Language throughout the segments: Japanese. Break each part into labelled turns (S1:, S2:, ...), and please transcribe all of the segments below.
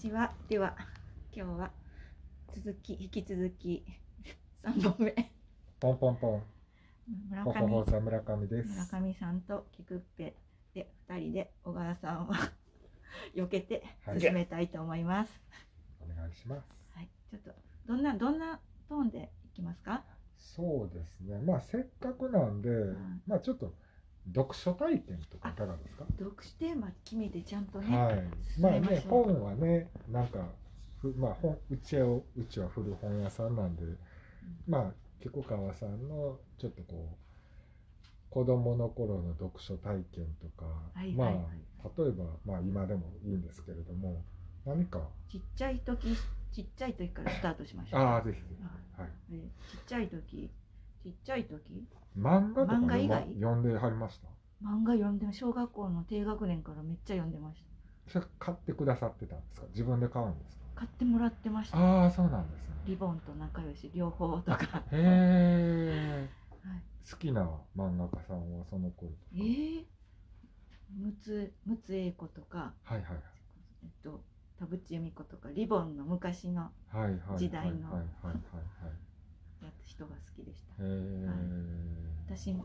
S1: では今日は続き引き続き三本目
S2: ポンポンポン。
S1: 村
S2: ポンポン
S1: 上
S2: 放送村上です。
S1: 村上さんとキクッペで二人で小川さんを 避けて
S2: はい
S1: 進めたいと思います。
S2: お願いします。
S1: はい、ちょっとどんなどんなトーンでいきますか？
S2: そうですね。まあせっかくなんで、
S1: ん
S2: まあちょっと読書体験とかいかがですか。
S1: 読書テーマ決めてちゃんとね、
S2: はい。
S1: 進
S2: まあ
S1: めましょう
S2: ね本はねなんかふまあ本うちをうちは古本屋さんなんで、まあ結構川さんのちょっとこう。子供の頃の読書体験とか、
S1: はいはいはい
S2: まあ例えばまあ今でもいいんですけれども、何か
S1: ちっちゃい時ちっちゃい時からスタートしましょう。
S2: ああぜひぜ
S1: は
S2: ひはい。
S1: いでちっちゃい時ちっちゃい時
S2: 漫画とか
S1: 漫画以
S2: 読ま
S1: 外
S2: 読んではりました
S1: 漫画読んでも小学校の低学年からめっちゃ読んでました。
S2: それ買ってくださってたんですか自分で買うんですか
S1: 買ってもらってました。
S2: ああそうなんですね
S1: リボンと仲良し両方と か。
S2: へえ
S1: はい
S2: 好きな漫画家さんはその頃とか
S1: えー、むつむつ英子とか、
S2: はいはい
S1: えっと、田淵由美子とかリボンの昔の
S2: はいはいはい
S1: 時代の
S2: はいはい
S1: やつ人が好きでした
S2: はいはいへえ
S1: 私言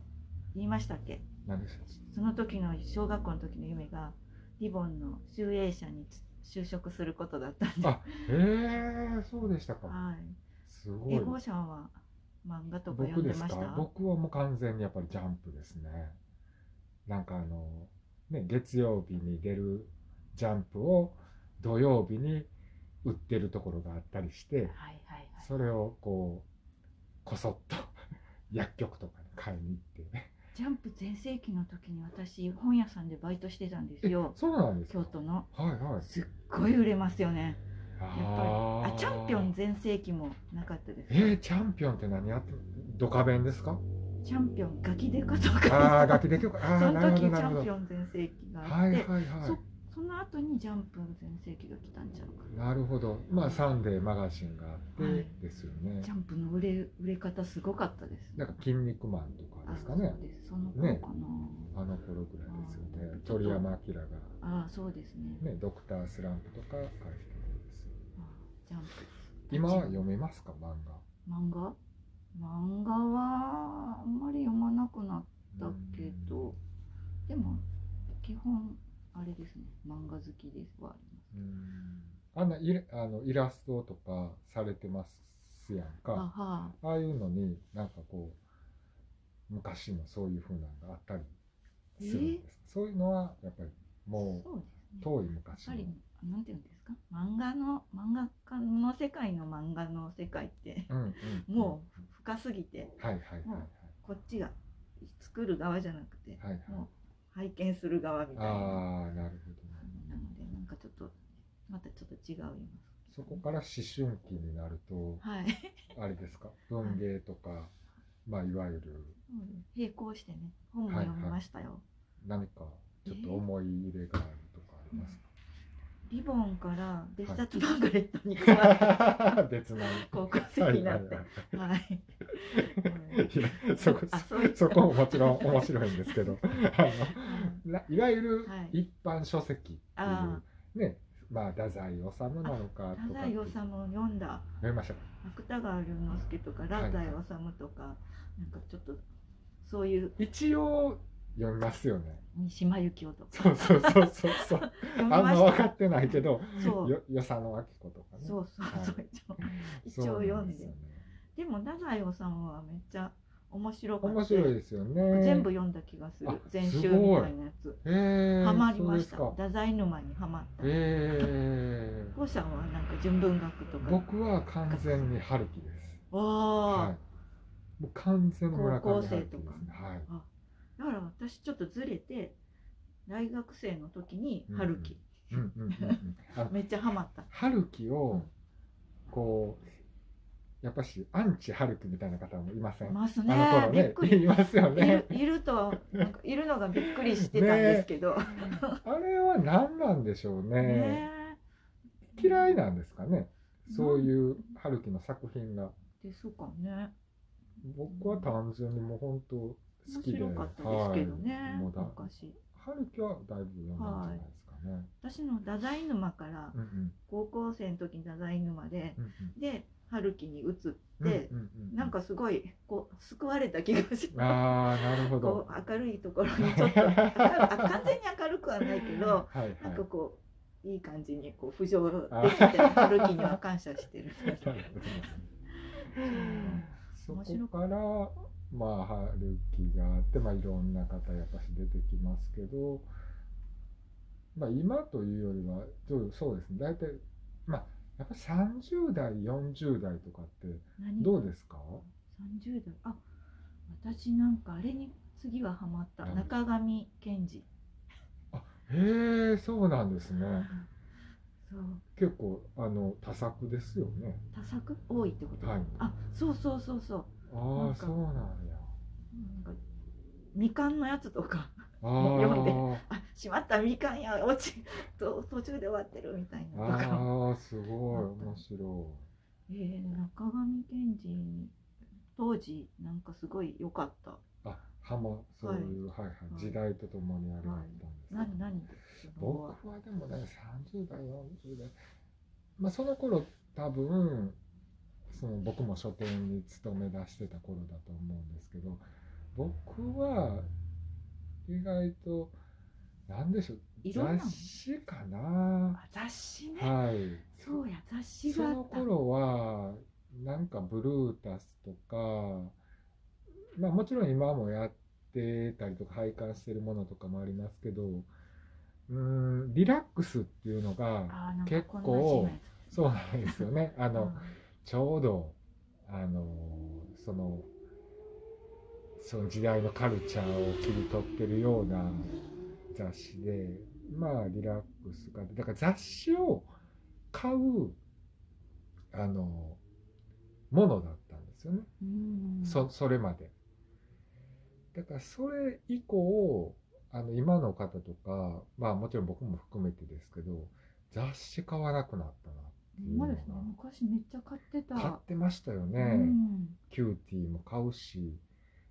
S1: いましたっけ
S2: 何でした
S1: その時の小学校の時の夢がリボンの集英社に就職することだったんで
S2: あへえそうでしたか
S1: はい
S2: すご
S1: エ
S2: い
S1: ゴシャンは漫画とか読
S2: 僕
S1: んで
S2: です
S1: ました
S2: か僕はもう完全にやっぱりジャンプですねなんかあのね月曜日に出るジャンプを土曜日に売ってるところがあったりして
S1: はいはいはい
S2: それをこうこそっと 薬局とかに買いに行って
S1: ジャンプ全盛期の時に私本屋さんでバイトしてたんです
S2: え
S1: よ
S2: そうなんですか
S1: 京都の
S2: はいはい
S1: すっごい売れますよね
S2: や
S1: やっぱりあチャンピオン全盛期もなかったです
S2: えー、チャンピオンって何やってるドカベン ですか
S1: チャンピオンガキデカと
S2: あ
S1: か
S2: あ ガキできるかあ
S1: そ
S2: あ
S1: の
S2: なるほ
S1: 時チ
S2: どなる
S1: ャン
S2: ほ
S1: ピ
S2: ど
S1: オン全盛期があ
S2: は
S1: っ
S2: い
S1: て、
S2: はいはい
S1: そその後にジャンプ全盛期が来たんちゃうか
S2: なるほど。まあ、サンデーマガジンがあって、
S1: はい
S2: ですよね
S1: ジ。ャンプの売れ売れ方すごかったです
S2: なんか、筋肉マンとか
S1: あ
S2: ですかね
S1: そう。ですその頃かな、
S2: あの頃ぐらいですよ
S1: う
S2: ね
S1: ん。
S2: 鳥山明が、
S1: ああそうですね
S2: ね、ドクタースランプとか書いてるんですよ。
S1: あジャンプ
S2: 今は読めますか、漫
S1: 漫画漫画はあんまり読まなくなっ
S2: 画。
S1: たけどでも基本あれですね漫画好きですはあります
S2: うん。うんあんなイラあのイラストとかされてますやんか。
S1: あはあ
S2: ああいうのに、なんかこう、昔のそういう風なのがあったりするんですか。そういうのは、やっぱり、もう、
S1: そうですねや
S2: 遠い
S1: っ
S2: 昔
S1: ぱ
S2: の。
S1: りなんていうんですか漫画の漫画家の世界の漫画の世界って
S2: うんうんうん
S1: もう深すぎて
S2: はいはいはいはい
S1: こっちが作る側じゃなくて
S2: はいはい。
S1: もう拝見する側みたいなな
S2: ああなるほどね。
S1: のでなんかちょっとまたちょっと違うような
S2: そこから思春期になると
S1: はい
S2: あれですか文芸とかまあいわゆる
S1: 並行してね本も読みましたよ、
S2: 何かちょっと思い入れがあるとかあります
S1: リボンから別冊マーガレットに変わって、
S2: か。別な
S1: 高校生になって
S2: はい
S1: はい
S2: はいはいいやそこ
S1: あそういう
S2: そこももちろん面白いんです けどあ
S1: うん
S2: のないわゆる
S1: はい
S2: 一般書籍っていう
S1: あ
S2: ねまあ太宰治なのかと
S1: 太
S2: か
S1: 宰治を読んだ
S2: 読みましたか
S1: 芥川龍之介とか太宰治とか、なんかちょっとそういう
S2: 一応読みますよね。
S1: 三島由紀夫とか
S2: そうそうそうそう そう。
S1: 読み
S2: あん
S1: ま
S2: ま
S1: し
S2: 分か
S1: た
S2: ってないけど、
S1: そう
S2: よよさのあきことかね。
S1: そうそうそう、一応一応
S2: そうな
S1: 読ん
S2: す
S1: で
S2: よね
S1: でも太宰治はめっちゃ面白かった
S2: 面白いですよね。
S1: 全部。読んだ気がする
S2: あ
S1: 全集み
S2: すごい
S1: たいなやつ
S2: えー、
S1: ハマりました
S2: そうですか
S1: 太宰沼にハマった
S2: えー、
S1: 後者はなんか純文学とか
S2: 僕は完全に春樹です。
S1: おー、
S2: はい。もう完全に村上春樹です
S1: 高校生
S2: ね。はい。
S1: あだから私ちょっとずれて大学生の時に春樹、
S2: うんうんうんうん。あの
S1: めっちゃハマった
S2: 春樹
S1: う
S2: を
S1: ん
S2: こうやっぱしアンチ春樹みたいな方もいません。
S1: ますね
S2: あの頃
S1: び
S2: ね
S1: っ くり
S2: いますよ
S1: いる
S2: ね。
S1: いるとはなんかいるのがびっくりしてたんですけど、
S2: あれは何なんでしょうね。
S1: ねえ
S2: 嫌いなんですかね。そういう春樹の作品が。
S1: ですかね
S2: 僕は単純にもう本当好
S1: 面
S2: きで。
S1: 白かったですけどね、
S2: はい、もうだ
S1: 昔
S2: 春樹はだいぶ読んだんじゃないですかね。ね。
S1: 私の太宰沼から
S2: うんうん
S1: 高校生の時に太宰沼で
S2: うん
S1: で春樹に移っ
S2: うん
S1: て、
S2: うんう
S1: なんかすごいこう救われた気がします
S2: ああなるほ
S1: こ
S2: ど。
S1: う明るいところにちょっと明るいあ完全に明るくはないけど
S2: はいはい。
S1: なんかこういい感じにこう浮上できて春樹には感謝して る。
S2: なるほどそこ
S1: 面白
S2: からまあ春樹があってまあいろんな方やっぱし出てきますけどまあ今というよりはそうそうですね大体まあやっぱ30代40代とかって
S1: 何
S2: どうですか
S1: 30代あ私なんかあれに次はハマった
S2: 何
S1: 中上健二
S2: へえそうなんですね
S1: そう
S2: 結構あの多作ですよね
S1: 多作多いってこと、
S2: はい
S1: あそうそうそうそう
S2: あ
S1: な
S2: あ
S1: んか
S2: そうなんや
S1: なんかみかんのやつとか
S2: あ
S1: 読んで
S2: ー
S1: あしまったみかんや落ちと途中で終わってるみたいなとか
S2: あーすごい面白
S1: えー、中上健二に当時なんかすごい良かった
S2: いあハマそういう、はいはい
S1: はい
S2: 時代とともにあれだったんです
S1: 何
S2: ね
S1: 何そのは
S2: 僕はでもね30代40代まあその頃多分その僕も書店に勤め出してた頃だと思うんですけど僕は意外と何でしょう
S1: いろんな
S2: 雑誌かな
S1: あ雑誌ね、
S2: はい
S1: そうや雑誌
S2: そ
S1: があ
S2: の
S1: った
S2: 頃はなんかブルータスとかまあもちろん今もやってたりとか拝観してるものとかもありますけどうーんリラックスっていうのが
S1: あーなんか
S2: 結
S1: こんな字の
S2: 構
S1: や
S2: そうなんですよねあ
S1: つ
S2: の、
S1: うん
S2: ちょうどあのそのその時代のカルチャーを切り取ってるような雑誌でまあリラックスがだから雑誌を買うあのものだったんですよね、
S1: うん
S2: そそれまでだからそれ以降あの今の方とかまあもちろん僕も含めてですけど雑誌買わなくなったな
S1: ほんまですね昔めっちゃ買ってた。
S2: 買ってましたよね、
S1: うん、
S2: キューティーも買うし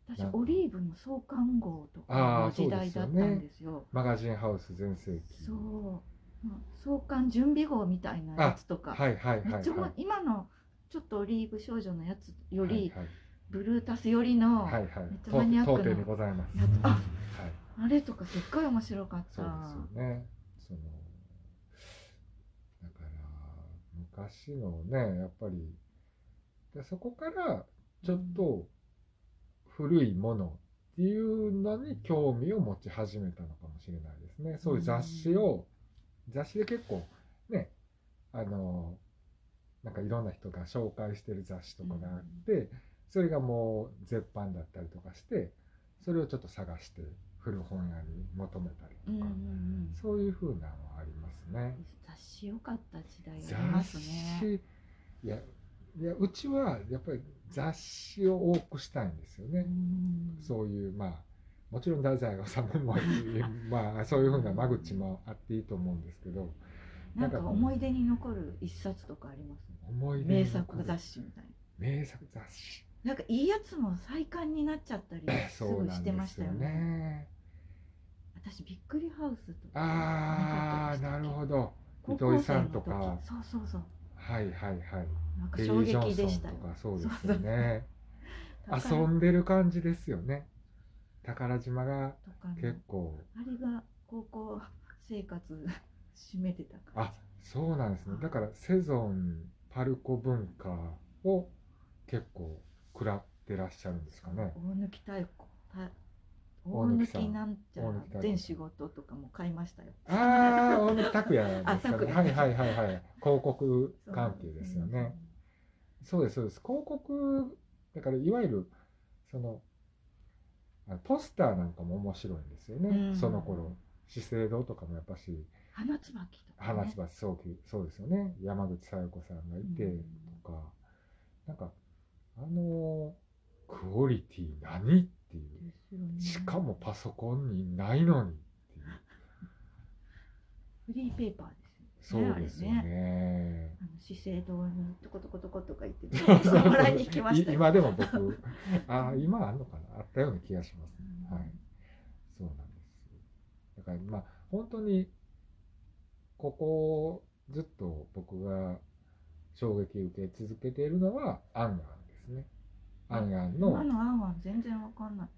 S1: 私
S2: なんか
S1: オリーブの創刊号とかの
S2: あーそ
S1: 時
S2: うで
S1: 代
S2: す
S1: だ
S2: よ
S1: っ
S2: ね
S1: たんですよ。
S2: マガジンハウス全盛期
S1: そう,、まあ創刊準備号みたいなやつとか、
S2: はいはいはい
S1: め
S2: は
S1: っ
S2: い
S1: ちゃ、今のちょっとオリーブ少女のやつより、
S2: はい
S1: ブルータスよりの、
S2: はいはいはい
S1: めっちゃ
S2: 当
S1: マニアックな
S2: 当店にございます
S1: やつあ
S2: はい
S1: あれとかすっごい面白かっ
S2: そ
S1: た。
S2: うですよねそのだから昔のねやっぱりでそこからちょっと古いものっていうのに興味を持ち始めたのかもしれないですねそういう雑誌を、雑誌で結構ねあのなんかいろんな人が紹介してる雑誌とかがあって、それがもう絶版だったりとかしてそれをちょっと探して古本屋に求めたり
S1: うんう
S2: と
S1: ん
S2: か、
S1: うん、
S2: そういう風なのはありますね。
S1: 雑誌良かった時代ありま
S2: 雑
S1: すね。
S2: 誌いやいやうちはやっぱり雑誌を多くしたいんですよね。
S1: うん
S2: そういうまあもちろん太宰治 もいいまあそういう風な間口もあっていいと思うんですけど
S1: なんか思い出に残る一冊とかあります、ね、
S2: 思い出
S1: 名
S2: に残
S1: 作
S2: る
S1: 雑誌みたいな。
S2: 名作雑誌
S1: なんかいいやつも再刊になっちゃったりす
S2: そう
S1: ぐ
S2: な
S1: し
S2: ん
S1: てま
S2: で
S1: し
S2: す
S1: た
S2: よ
S1: よね。
S2: ね。
S1: 私びっくりハウスとか
S2: ああ
S1: んか
S2: な
S1: っ
S2: る
S1: た
S2: ほど
S1: 高
S2: 糸
S1: 校
S2: 井
S1: 生
S2: さ
S1: の
S2: んとか
S1: 時そうそうそう。
S2: はいはいはい。
S1: なんか
S2: ペリ
S1: 衝
S2: ー・ジョン
S1: 撃
S2: ソ
S1: で
S2: ン
S1: した
S2: と
S1: よ。
S2: かそうですよね。
S1: だから
S2: 遊んでる感じですよね。宝島が
S1: とかの
S2: 結構、
S1: あれが高校生活締めてたから
S2: あ。そうなんですね。だからセゾン、パルコ文化を結構食らってらっしゃるんですかね。
S1: 大貫太鼓。た大
S2: 大貫さん
S1: 貫なんちゃ
S2: 大貫
S1: ら
S2: 太鼓
S1: 全仕事とかも買いましたよ。
S2: ああ、大貫拓也ですか
S1: あ拓
S2: ね。
S1: 也
S2: はいはいはいはい。広告
S1: そう
S2: 関係ですよね。。そうですそうです。広告だからいわゆるそのあポスターなんかも面白いんですよね。
S1: うん
S2: その頃資生堂とかもやっぱし
S1: 花椿とか、ね。
S2: 花椿早期そうですよね山口小夜子さんがいて
S1: うん
S2: とか、なんかあのクオリティ何ってい
S1: ですよね
S2: うしかもパソコンにないのにっていう
S1: フリーペーパーですよね。
S2: そうですよね
S1: あれね あの資生堂にトコトコトコとか言ってて、
S2: そうそうそう
S1: もらいに行きました
S2: い
S1: よ。
S2: 今で も僕あ今あんのかなあったような気がしますね、
S1: うん
S2: はいそうなんですだからまあ本当にここずっと僕が衝撃受け続けているのはアンアンですね。アンアンの
S1: 今の案は全然わかんない。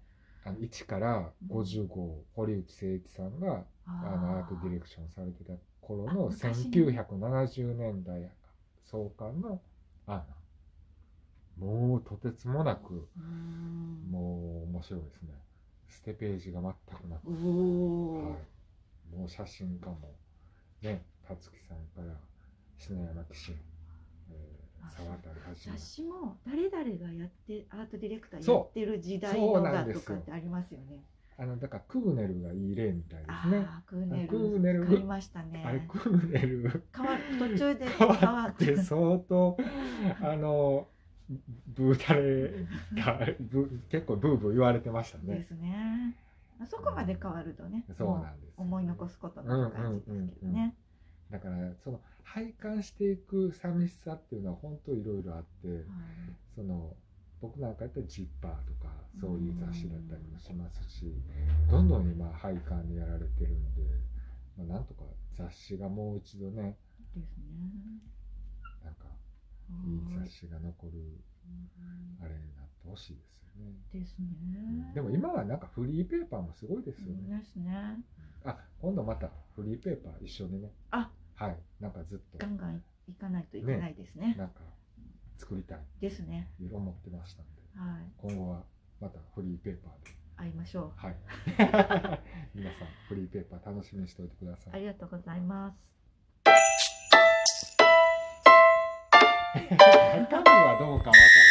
S2: あの1から55、堀内誠一さんがあのアートディレクションされてた頃の
S1: あ昔ね
S2: 1970年代創刊のアンアン。もうとてつもなく
S1: うーん
S2: もう面白いですね。捨てページが全くなく、
S1: お
S2: は
S1: お
S2: い、もう写真家もね、辰木さんから篠山紀信、え
S1: あ
S2: ー、沢田はじめ
S1: 雑誌も誰々がやってアートディレクター
S2: そう
S1: やってる時代
S2: そう
S1: の
S2: な
S1: だ
S2: んです
S1: と
S2: よ
S1: かってありますよね。
S2: あのだからクーネルがいい例みたいですね。
S1: ああクーネル
S2: クーネル
S1: 買いました
S2: あれ
S1: ね。
S2: クーネル
S1: 変わ途中 で変
S2: 変
S1: わ
S2: わ
S1: っ
S2: ってて相 当あのブータレがブ結構ブーブー言われてました
S1: で
S2: ね。
S1: すね。あそこまで変わるとね、
S2: そうなんですよ、
S1: 思い残すことの感じですけどね。
S2: だからその拝観していく寂しさっていうのは本当いろいろあって、
S1: はい
S2: その僕なんかやったらジッパーとかそういう雑誌だったりもしますし、どんどん今配管にやられてるんで、まあ、なんとか雑誌がもう一度ね
S1: ですね。
S2: なんかいい
S1: は
S2: 雑
S1: い
S2: 誌が残るあれになってほしいですよね。
S1: です
S2: うん
S1: ね。
S2: でも今はなんかフリーペーパーもすごいですよね。
S1: ですね。
S2: あ今度またフリーペーパー一緒にね
S1: あ
S2: はいなんかずっと
S1: ガンガン行かないといけないですね。
S2: なんか作りたい
S1: ですね。
S2: と思ってましたんで
S1: はい。
S2: 今後はまたフリーペーパーで
S1: 会いましょう。
S2: はい皆さんフリーペーパー楽しみにしておいてくださ
S1: あ
S2: い
S1: りがとうございます。
S2: 中身はどうかわからない